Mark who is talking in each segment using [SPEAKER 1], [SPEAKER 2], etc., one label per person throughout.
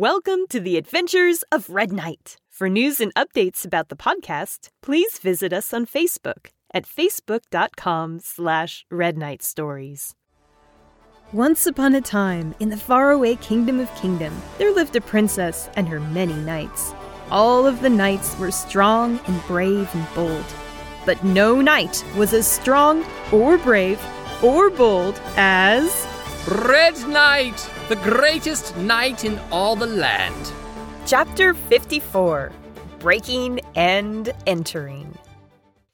[SPEAKER 1] Welcome to the Adventures of Red Knight. For news and updates about the podcast, please visit us on Facebook at facebook.com slash Red Knight Stories. Once upon a time, in the faraway Kingdom of Kingdom, there lived a princess and her many knights. All of the knights were strong and brave and bold. But no knight was as strong or brave or bold as
[SPEAKER 2] Red Knight, the greatest knight in all the land.
[SPEAKER 1] Chapter 54 Breaking and Entering.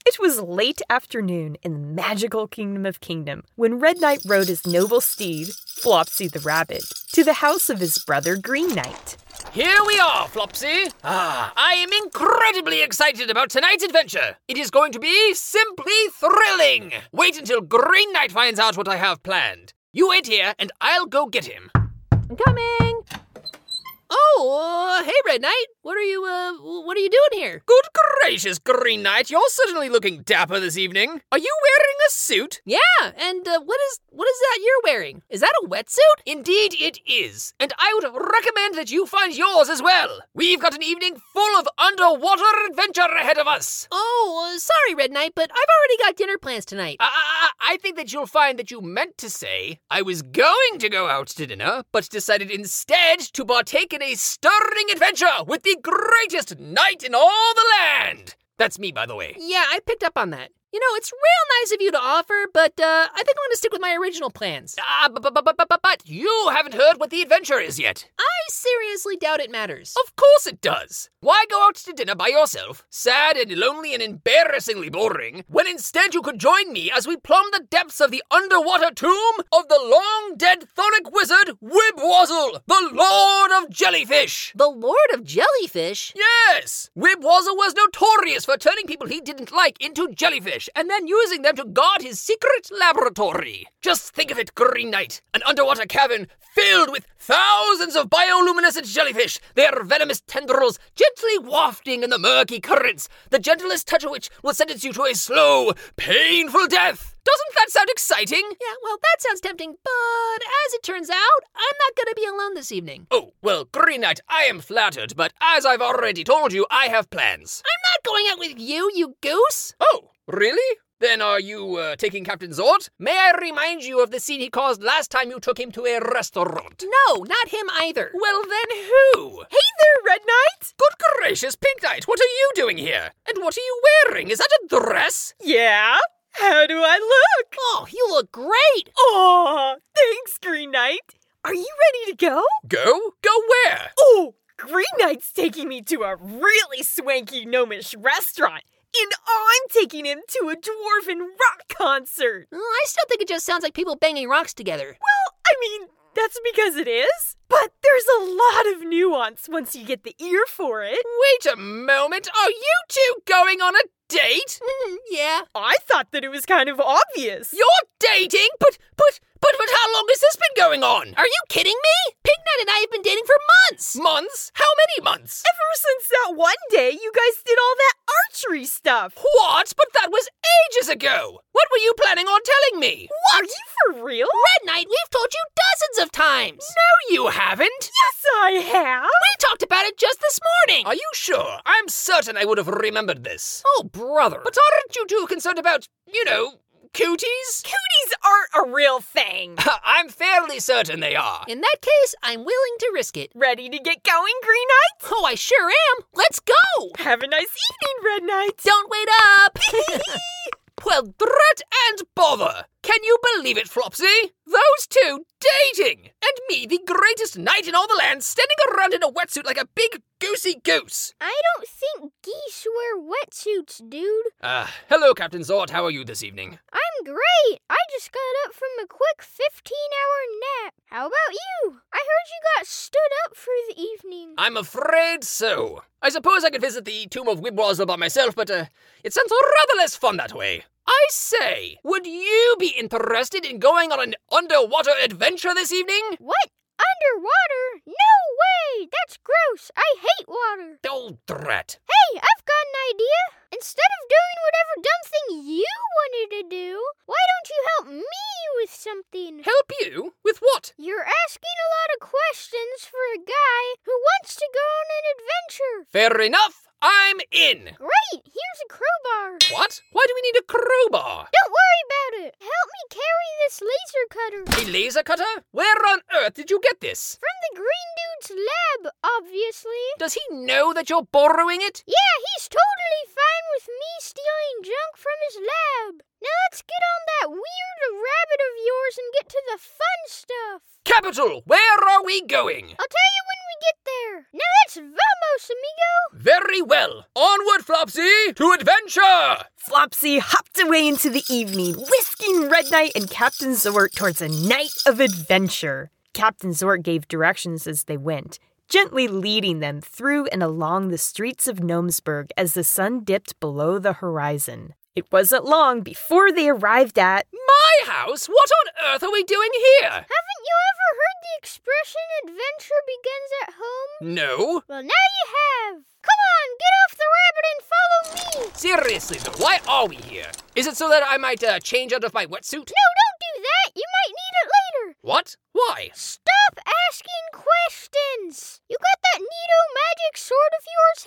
[SPEAKER 1] It was late afternoon in the magical Kingdom of Kingdom when Red Knight rode his noble steed, Flopsy the Rabbit, to the house of his brother Green Knight.
[SPEAKER 2] Here we are, Flopsy. Ah, I am incredibly excited about tonight's adventure. It is going to be simply thrilling. Wait until Green Knight finds out what I have planned. You wait here, and I'll go get him.
[SPEAKER 3] I'm coming. Oh, uh, hey, Red Knight. What are you? Uh, what are you doing here?
[SPEAKER 2] Good gracious, Green Knight, you're certainly looking dapper this evening. Are you wearing a suit?
[SPEAKER 3] Yeah, and uh, what is what is that you're wearing? Is that a wetsuit?
[SPEAKER 2] Indeed, it is. And I would recommend that you find yours as well. We've got an evening full of underwater adventure ahead of us.
[SPEAKER 3] Oh, uh, sorry, Red Knight, but I've already got dinner plans tonight. Uh,
[SPEAKER 2] I, I, I think that you'll find that you meant to say, I was going to go out to dinner, but decided instead to partake in a stirring adventure with the greatest knight in all the land. That's me, by the way.
[SPEAKER 3] yeah, I picked up on that. You know, it's real nice of you to offer, but uh, I think I'm going to stick with my original plans.
[SPEAKER 2] Ah, but, but, but, but, but, but you haven't heard what the adventure is yet.
[SPEAKER 3] I seriously doubt it matters. Oh,
[SPEAKER 2] Of course it does. Why go out to dinner by yourself, sad and lonely and embarrassingly boring, when instead you could join me as we plumb the depths of the underwater tomb of the long dead Thonic wizard Wibwazzle, the Lord of Jellyfish?
[SPEAKER 3] The Lord of Jellyfish.
[SPEAKER 2] Yes! Wibwazzle was notorious for turning people he didn't like into jellyfish and then using them to guard his secret laboratory. Just think of it, Green Knight. An underwater cavern filled with thousands of bioluminescent jellyfish, their venomous tendrils gently wafting in the murky currents, the gentlest touch of which will sentence you to a slow, painful death. Doesn't that sound exciting?
[SPEAKER 3] Yeah, well, that sounds tempting, but as it turns out, I'm not going to be alone this evening.
[SPEAKER 2] Oh, well, Green Knight, I am flattered, but as I've already told you, I have plans.
[SPEAKER 3] I'm not going out with you, you goose.
[SPEAKER 2] Oh, really? Then are you uh, taking Captain Zort? May I remind you of the scene he caused last time you took him to a restaurant?
[SPEAKER 3] No, not him either.
[SPEAKER 2] Well, then who?
[SPEAKER 1] Hey there, Red Knight!
[SPEAKER 2] Good gracious, Pink Knight, what are you doing here? And what are you wearing? Is that a dress?
[SPEAKER 1] Yeah? How do I look?
[SPEAKER 3] Oh, you look great.
[SPEAKER 1] Aw, thanks, Green Knight. Are you ready to go?
[SPEAKER 2] Go? Go where?
[SPEAKER 1] Oh, Green Knight's taking me to a really swanky gnomish restaurant, and I'm taking him to a dwarven rock concert.
[SPEAKER 3] Mm, I still think it just sounds like people banging rocks together.
[SPEAKER 1] Well, I mean, that's because it is, but there's a lot of nuance once you get the ear for it.
[SPEAKER 2] Wait a moment, are you two going on a date?
[SPEAKER 3] Mm, yeah.
[SPEAKER 1] I thought that it was kind of obvious.
[SPEAKER 2] You're dating? But, but, but, but how long has this been going on?
[SPEAKER 3] Are you kidding me? Pink Knight and I have been dating for months.
[SPEAKER 2] Months? How many months?
[SPEAKER 1] Ever since that one day you guys did all that archery stuff.
[SPEAKER 2] What? But that was ages ago! What were you planning on telling me?
[SPEAKER 1] Are you for real?
[SPEAKER 3] Red Knight, we've told you dozens of times.
[SPEAKER 2] No, you haven't!
[SPEAKER 1] Yes, I have.
[SPEAKER 3] We talked about it just this morning.
[SPEAKER 2] Are you sure? I'm certain I would have remembered this.
[SPEAKER 3] oh, brother.
[SPEAKER 2] But aren't you too concerned about, you know, cooties?
[SPEAKER 1] Cooties aren't a real thing.
[SPEAKER 2] I'm fairly certain they are.
[SPEAKER 3] in that case, I'm willing to risk it.
[SPEAKER 1] Ready to get going, Green Knight?
[SPEAKER 3] Oh, I sure am. Let's go.
[SPEAKER 1] Have a nice evening, Red Knight.
[SPEAKER 3] Don't wait up.
[SPEAKER 2] Well, drat and bother! Can you believe it, Flopsy? Those two dating! And me, the greatest knight in all the land, standing around in a wetsuit like a big goosey goose!
[SPEAKER 4] I don't think geese wear wetsuits, dude.
[SPEAKER 2] Ah, hello, Captain Zord. How are you this evening?
[SPEAKER 4] I'm great. I just got up from a quick 15 hour nap. How about you? I heard you got stood up for the evening.
[SPEAKER 2] I'm afraid so. I suppose I could visit the tomb of Wibwazzle by myself, but uh, it sounds rather less fun that way. I say, would you be interested in going on an underwater adventure this evening?
[SPEAKER 4] What? Underwater? No way! That's gross. I hate water.
[SPEAKER 2] Oh, drat.
[SPEAKER 4] Hey, I've got an idea. Instead of doing whatever dumb thing you wanted to do, why don't you help me with something?
[SPEAKER 2] Help you? With what?
[SPEAKER 4] You're asking a lot of questions for a guy who
[SPEAKER 2] Fair enough. I'm in.
[SPEAKER 4] Great, here's a crowbar.
[SPEAKER 2] What? Why do we need a crowbar?
[SPEAKER 4] Don't worry about it. Help me carry this laser cutter.
[SPEAKER 2] A laser cutter? Where on earth did you get this?
[SPEAKER 4] From the green dude's lab, obviously.
[SPEAKER 2] Does he know that you're borrowing it?
[SPEAKER 4] Yeah, he's totally fine with me stealing junk from his lab. Now let's get on that weird rabbit of yours and get to the fun stuff.
[SPEAKER 2] Capital! Where are we going?
[SPEAKER 4] I'll tell you when we get there. Now let's vamos, amigo.
[SPEAKER 2] Very well. Onward, Flopsy, to adventure!
[SPEAKER 1] Flopsy hopped away into the evening, whisking Red Knight and Captain Zork towards a night of adventure. Captain Zork gave directions as they went, gently leading them through and along the streets of Gnomesburg as the sun dipped below the horizon. It wasn't long before they arrived at
[SPEAKER 2] My house? What on earth are we doing here?
[SPEAKER 4] Haven't you ever heard the expression adventure begins at home?
[SPEAKER 2] No.
[SPEAKER 4] Well, now you have. Come on, get off the rabbit and follow me.
[SPEAKER 2] Seriously, though, why are we here? Is it so that I might uh, change out of my wetsuit?
[SPEAKER 4] No, don't do that. You might need it later.
[SPEAKER 2] What? Why?
[SPEAKER 4] Stop asking questions. You got that neato magic sword of yours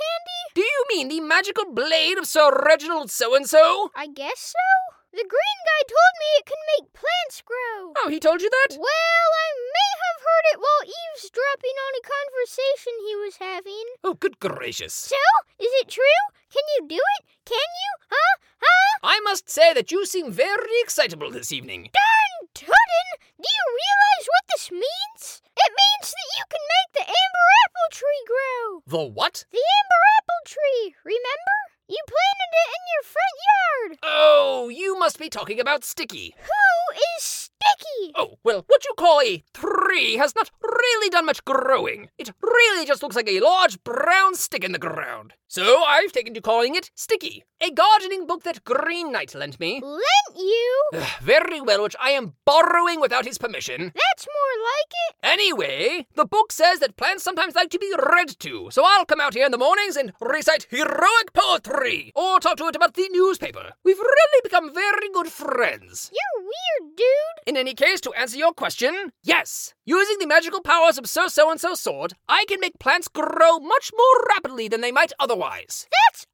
[SPEAKER 2] Do
[SPEAKER 4] handy?
[SPEAKER 2] you mean the magical blade of Sir Reginald so and so?
[SPEAKER 4] I guess so. The green guy told me it can make plants grow.
[SPEAKER 2] Oh, he told you that?
[SPEAKER 4] Well, I may have heard it while eavesdropping on a conversation he was having.
[SPEAKER 2] Oh, good gracious.
[SPEAKER 4] So, is it true? Can you do it? Can you? Huh? Huh?
[SPEAKER 2] I must say that you seem very excitable this evening.
[SPEAKER 4] Darn Tootin! Do you realize what this means? It means that you can make the amber apple tree grow.
[SPEAKER 2] The what?
[SPEAKER 4] The amber apple tree, remember? You planted it in your front yard.
[SPEAKER 2] Oh, you must be talking about Sticky.
[SPEAKER 4] Who is sticky?
[SPEAKER 2] Oh, well, what you call a tree has not really done much growing. It really just looks like a large brown stick in the ground. So I've taken to calling it Sticky, a gardening book that Green Knight lent me.
[SPEAKER 4] Lent you?
[SPEAKER 2] Ugh, Very well, which I am borrowing without his permission.
[SPEAKER 4] That's more like it.
[SPEAKER 2] Anyway, the book says that plants sometimes like to be read to, so I'll come out here in the mornings and recite heroic poetry or talk to it about the newspaper. We've really become very good friends.
[SPEAKER 4] You're weird, dude.
[SPEAKER 2] In any case, to answer your question, yes. Using the magical powers of Sir So and So's sword, I can make plants grow much more rapidly than they might otherwise.
[SPEAKER 4] That's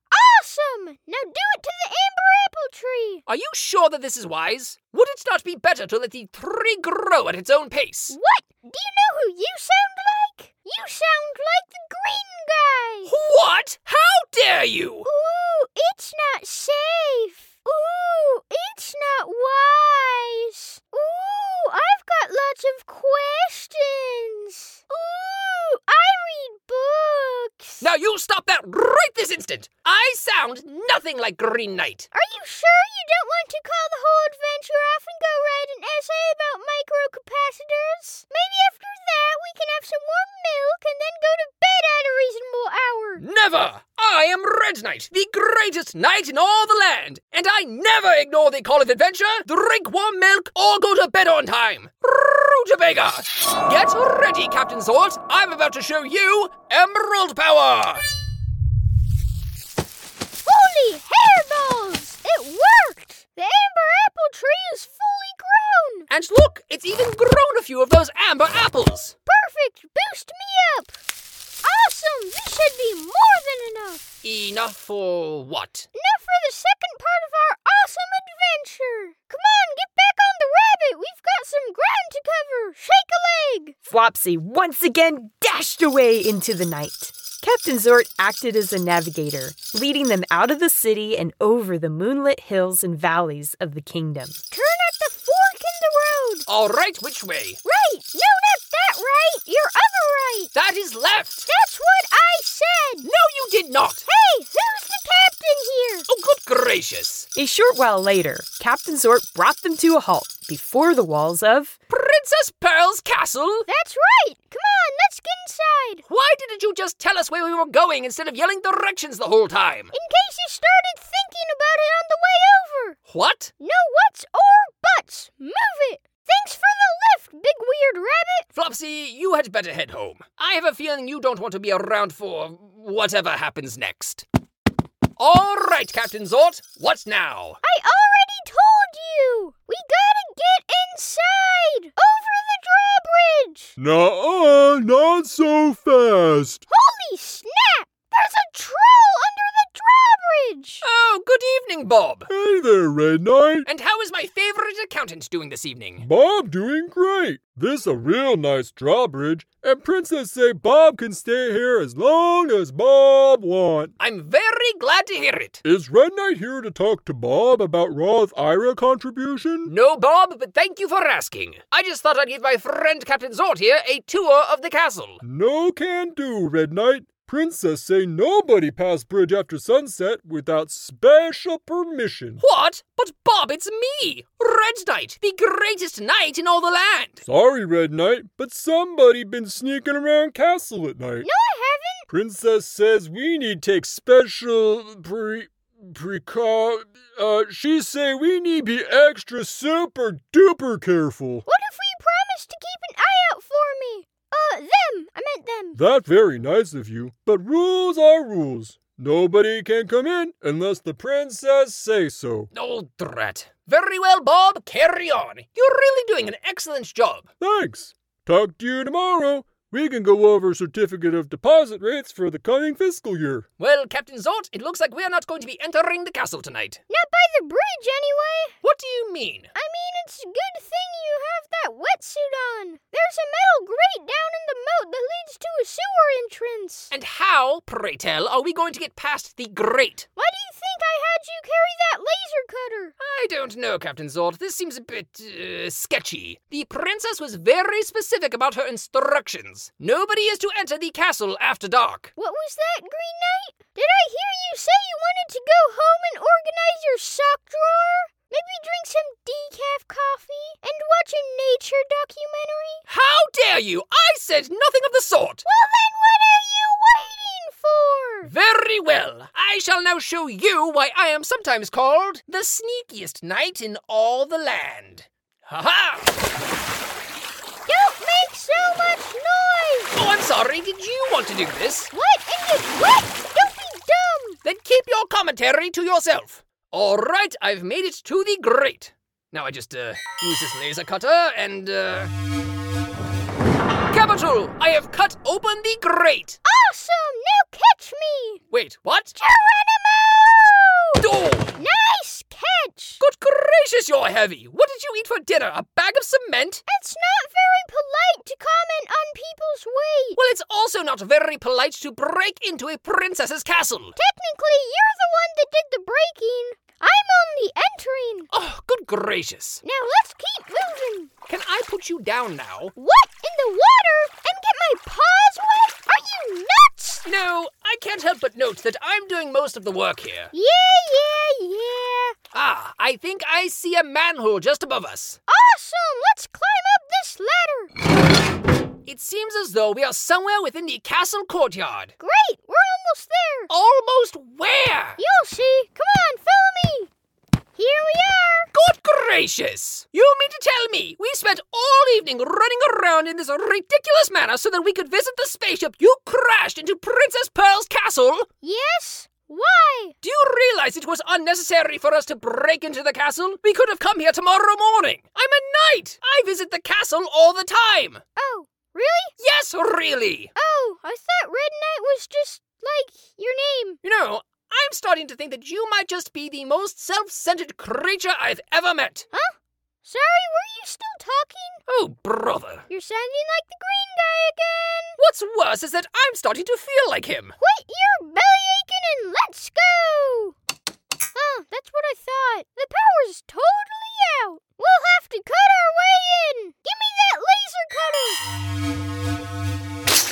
[SPEAKER 4] awesome. Now do it to the amber apple tree.
[SPEAKER 2] Are you sure that this is wise? Would it not be better to let the tree grow at its own pace?
[SPEAKER 4] What? Do you know who you sound like? You sound like the green guy.
[SPEAKER 2] What? How dare you!
[SPEAKER 4] Ooh, it's not safe. Ooh, it's not wise. Ooh, I've got lots of questions. Ooh, I read books.
[SPEAKER 2] Now you stop that right this instant! I sound nothing like Green Knight.
[SPEAKER 4] Are you sure you don't want to call the whole adventure off and go write an essay about microcapacitors? Maybe after that we can have some warm milk and then go to bed at a reasonable hour.
[SPEAKER 2] Never! I am Red Knight, the greatest knight in all the land, and I never ignore the call of adventure, drink warm milk, or go to bed on time. Rutabaga! Get ready, Captain Zort. I'm about to show you Emerald Power!
[SPEAKER 4] Holy hairballs! It worked! The amber apple tree is fully grown!
[SPEAKER 2] And look, it's even grown a few of those amber apples!
[SPEAKER 4] Perfect! Boost me up! Awesome! This should be more than enough!
[SPEAKER 2] Enough for what?
[SPEAKER 4] Enough for the second part of our awesome adventure! Come on, get back on the rabbit! We've got some ground to cover! Shake a leg!
[SPEAKER 1] Flopsy once again dashed away into the night. Captain Zort acted as a navigator, leading them out of the city and over the moonlit hills and valleys of the kingdom.
[SPEAKER 4] Turn at the fork in the road!
[SPEAKER 2] All right, which way?
[SPEAKER 4] Right! No, not that right! Your other right!
[SPEAKER 2] That is left!
[SPEAKER 4] That's what I said!
[SPEAKER 2] No, you did not!
[SPEAKER 4] Hey, who's the captain here?
[SPEAKER 2] Oh, good gracious!
[SPEAKER 1] A short while later, Captain Zort brought them to a halt before the walls of.
[SPEAKER 2] Princess Pearl's castle?
[SPEAKER 4] That's right! Come on, let's get inside!
[SPEAKER 2] Why didn't you just tell us where we were going instead of yelling directions the whole time?
[SPEAKER 4] in case you started thinking about it on the way over.
[SPEAKER 2] What?
[SPEAKER 4] No what's or buts. Move it. Thanks for the lift, big weird rabbit.
[SPEAKER 2] Flopsy, you had better head home. I have a feeling you don't want to be around for whatever happens next. All right, Captain Zort, what now?
[SPEAKER 4] I already told you. We gotta get inside. Over the drawbridge.
[SPEAKER 5] Nuh-uh, not so fast.
[SPEAKER 4] Holy snap! There's a
[SPEAKER 2] Oh, Bob.
[SPEAKER 5] Hey there, Red Knight.
[SPEAKER 2] And how is my favorite accountant doing this evening?
[SPEAKER 5] Bob doing great. This a real nice drawbridge, and Princess say Bob can stay here as long as Bob want.
[SPEAKER 2] I'm very glad to hear it.
[SPEAKER 5] Is Red Knight here to talk to Bob about Roth IRA contribution?
[SPEAKER 2] No, Bob, but thank you for asking. I just thought I'd give my friend Captain Zort here a tour of the castle.
[SPEAKER 5] No can do, Red Knight. Princess say nobody pass bridge after sunset without special permission.
[SPEAKER 2] What? But Bob, it's me, Red Knight, the greatest knight in all the land.
[SPEAKER 5] Sorry, Red Knight, but somebody been sneaking around castle at
[SPEAKER 4] No,
[SPEAKER 5] night.
[SPEAKER 4] I haven't.
[SPEAKER 5] Princess says we need take special pre precau. Uh, she say we need be extra super duper careful.
[SPEAKER 4] What if we promise to keep an eye out for me? Uh, them. I meant them.
[SPEAKER 5] That very nice of you, but rules are rules. Nobody can come in unless the princess say so.
[SPEAKER 2] Oh, drat. Very well, Bob, carry on. You're really doing an excellent job.
[SPEAKER 5] Thanks. Talk to you tomorrow. We can go over certificate of deposit rates for the coming fiscal year.
[SPEAKER 2] Well, Captain Zort, it looks like we're not going to be entering the castle tonight.
[SPEAKER 4] Not by the bridge, anyway.
[SPEAKER 2] What do you mean?
[SPEAKER 4] I mean, it's a good thing you have that wetsuit on. There's a metal grate down in the moat that leads to a sewer entrance.
[SPEAKER 2] And how, pray tell, are we going to get past the grate?
[SPEAKER 4] Why do you think I had you carry that laser cutter?
[SPEAKER 2] I don't know, Captain Zord. This seems a bit uh, sketchy. The princess was very specific about her instructions. Nobody is to enter the castle after dark.
[SPEAKER 4] What was that, Green Knight? Did I hear you say you wanted to go home and organize your sock drawer? Maybe drink some decaf coffee and watch a nature documentary?
[SPEAKER 2] How dare you? I said nothing of the sort.
[SPEAKER 4] Well, then what are you waiting for?
[SPEAKER 2] Very well. I shall now show you why I am sometimes called the sneakiest knight in all the land. Ha ha!
[SPEAKER 4] Don't make so much noise!
[SPEAKER 2] Oh, I'm sorry. Did you want to do this?
[SPEAKER 4] What in the what? Don't be dumb!
[SPEAKER 2] Then keep your commentary to yourself. All right, I've made it to the grate. Now I just uh, use this laser cutter and uh... capital. I have cut open the grate.
[SPEAKER 4] Awesome! Now catch me!
[SPEAKER 2] Wait, what?
[SPEAKER 4] Geronimo!
[SPEAKER 2] Oh!
[SPEAKER 4] Nice catch!
[SPEAKER 2] Good gracious, you're heavy! What did you eat for dinner? A bag of cement?
[SPEAKER 4] It's not very polite to comment on people's weight.
[SPEAKER 2] Well, it's also not very polite to break into a princess's castle.
[SPEAKER 4] Technically, you're the one that did the breaking. I'm only entering.
[SPEAKER 2] Oh, good gracious.
[SPEAKER 4] Now let's keep moving.
[SPEAKER 2] Can I put you down now?
[SPEAKER 4] What in the water? And get my paws wet? Are you nuts?
[SPEAKER 2] No, I can't help but note that I'm doing most of the work here.
[SPEAKER 4] Yeah, yeah, yeah.
[SPEAKER 2] Ah, I think I see a manhole just above us.
[SPEAKER 4] Awesome! Let's climb up this ladder.
[SPEAKER 2] It seems as though we are somewhere within the castle courtyard.
[SPEAKER 4] Great, we're almost there.
[SPEAKER 2] Almost where?
[SPEAKER 4] You'll see. Come on, follow me. Here we are.
[SPEAKER 2] Good gracious! You mean to tell me we spent all evening running around in this ridiculous manner so that we could visit the spaceship you crashed into Princess Pearl's castle?
[SPEAKER 4] Yes? Why?
[SPEAKER 2] Do you realize it was unnecessary for us to break into the castle? We could have come here tomorrow morning. I'm a knight. I visit the castle all the time.
[SPEAKER 4] Oh, really?
[SPEAKER 2] Yes, really.
[SPEAKER 4] Oh, I thought Red Knight was just like your name.
[SPEAKER 2] You know, I'm starting to think that you might just be the most self-centered creature I've ever met.
[SPEAKER 4] Huh? Sorry, were you still talking?
[SPEAKER 2] Oh, brother.
[SPEAKER 4] You're sounding like the green guy again.
[SPEAKER 2] What's worse is that I'm starting to feel like him.
[SPEAKER 4] Quit your belly aching and let's go. Oh, that's what I thought. The power's totally out. We'll have to cut our way in. Give me that laser cutter.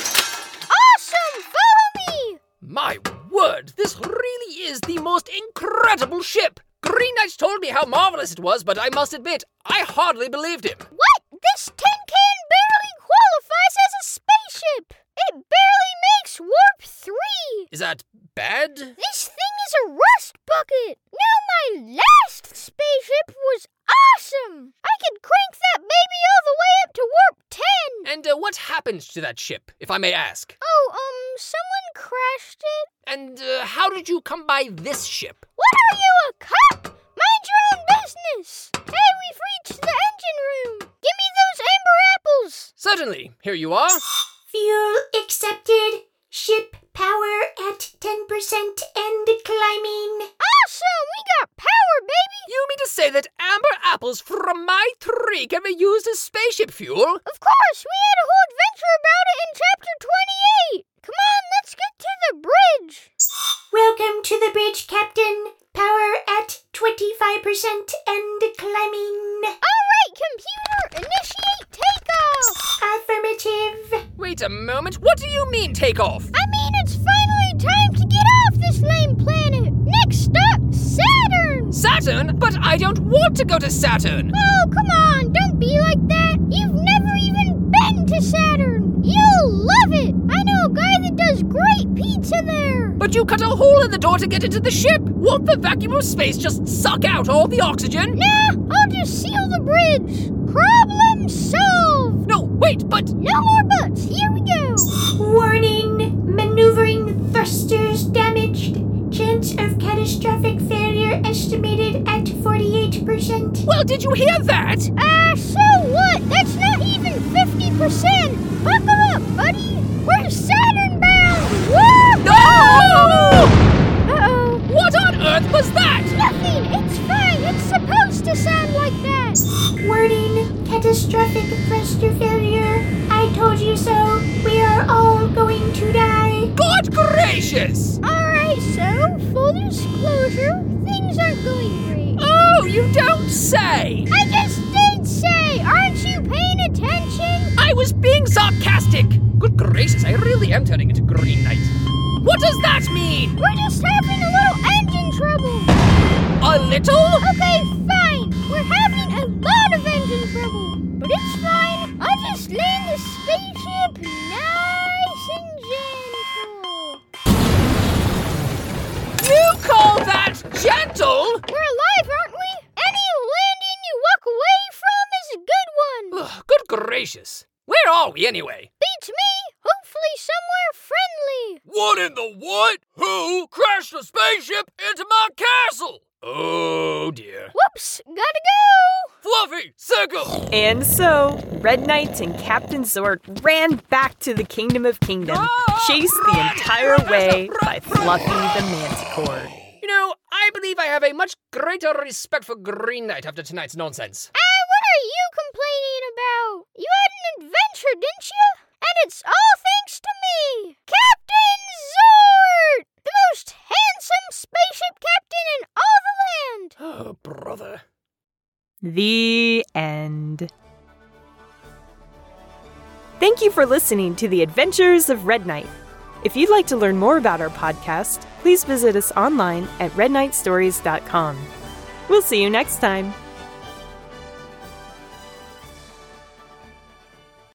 [SPEAKER 4] Awesome! Follow me.
[SPEAKER 2] My word, this really is the most incredible ship! Green Knight told me how marvelous it was, but I must admit, I hardly believed him.
[SPEAKER 4] What? This tin can barely qualifies as a spaceship. It barely makes warp three.
[SPEAKER 2] Is that bad?
[SPEAKER 4] This thing is a rust bucket! Now my last spaceship was awesome! I could crank that baby all the way up to warp 10!
[SPEAKER 2] And uh, what happened to that ship, if I may ask?
[SPEAKER 4] Oh, um, someone crashed it?
[SPEAKER 2] And uh, how did you come by this ship?
[SPEAKER 4] What are you, a cop? Mind your own business! Hey, we've reached the engine room! Give me those amber apples!
[SPEAKER 2] Certainly, here you are.
[SPEAKER 6] Fuel accepted. Ship power at 10% and climbing.
[SPEAKER 4] Awesome! We got power
[SPEAKER 2] 3 can be used as spaceship fuel?
[SPEAKER 4] Of course, we had a whole adventure about it in chapter 28. Come on, let's get to the bridge.
[SPEAKER 6] Welcome to the bridge, Captain. Power at 25% and climbing.
[SPEAKER 4] All right, computer, initiate takeoff.
[SPEAKER 6] Affirmative.
[SPEAKER 2] Wait a moment, what do you mean takeoff?
[SPEAKER 4] I mean, it's finally time to get off this lame planet. Next stop, Saturn.
[SPEAKER 2] Saturn? But I don't want to go to Saturn!
[SPEAKER 4] Oh, come on, don't be like that. You've never even been to Saturn. You'll love it. I know a guy that does great pizza there.
[SPEAKER 2] But you cut a hole in the door to get into the ship! Won't the vacuum of space just suck out all the oxygen?
[SPEAKER 4] Nah, I'll just seal the bridge. Problem solved.
[SPEAKER 2] No, wait, but.
[SPEAKER 4] No more buts. Here we go.
[SPEAKER 6] Warning. Maneuvering thrusters damaged. Chance of catastrophic failure estimated at 48%.
[SPEAKER 2] Well, did you hear that?
[SPEAKER 4] Ah, so what? That's not even 50%. Buckle up, buddy. We're Saturn bound. Woo!
[SPEAKER 2] No!
[SPEAKER 4] Uh-oh.
[SPEAKER 2] What on earth was that?
[SPEAKER 4] Nothing. It's fine. It's supposed to sound like that.
[SPEAKER 6] Warning. Catastrophic thruster failure. I told you so. We are all going to die.
[SPEAKER 2] God gracious!
[SPEAKER 4] All right, so full disclosure, things aren't going great.
[SPEAKER 2] Oh, you don't say!
[SPEAKER 4] I just did say, aren't you paying attention?
[SPEAKER 2] I was being sarcastic! Good gracious, I really am turning into Green Knight. What does that mean?
[SPEAKER 4] We're just having a little engine trouble.
[SPEAKER 2] A little?
[SPEAKER 4] Okay, fine. We're having a lot of engine trouble, but it's fine. I'll just land the spaceship nice and gentle.
[SPEAKER 2] You call that gentle?
[SPEAKER 4] We're alive, aren't we? Any landing you walk away from is a good one.
[SPEAKER 2] Ugh, good gracious. Where are we anyway?
[SPEAKER 4] Beats me. Hopefully, somewhere friendly.
[SPEAKER 2] What in the what? Who crashed a spaceship into my castle? Oh dear.
[SPEAKER 4] Whoops, gotta go.
[SPEAKER 2] Fluffy, Sickle!
[SPEAKER 1] And so, Red Knight and Captain Zork ran back to the Kingdom of Kingdom, chased the entire way by Fluffy the Manticore.
[SPEAKER 2] You know, I believe I have a much greater respect for Green Knight after tonight's nonsense.
[SPEAKER 4] Ah, what are you complaining about? You had an adventure, didn't you? And it's all thanks to me, Captain Zord, the most handsome spaceship captain in all the land.
[SPEAKER 2] Oh, brother.
[SPEAKER 1] The end. Thank you for listening to The Adventures of Red Knight. If you'd like to learn more about our podcast, please visit us online at redknightstories.com. We'll see you next time.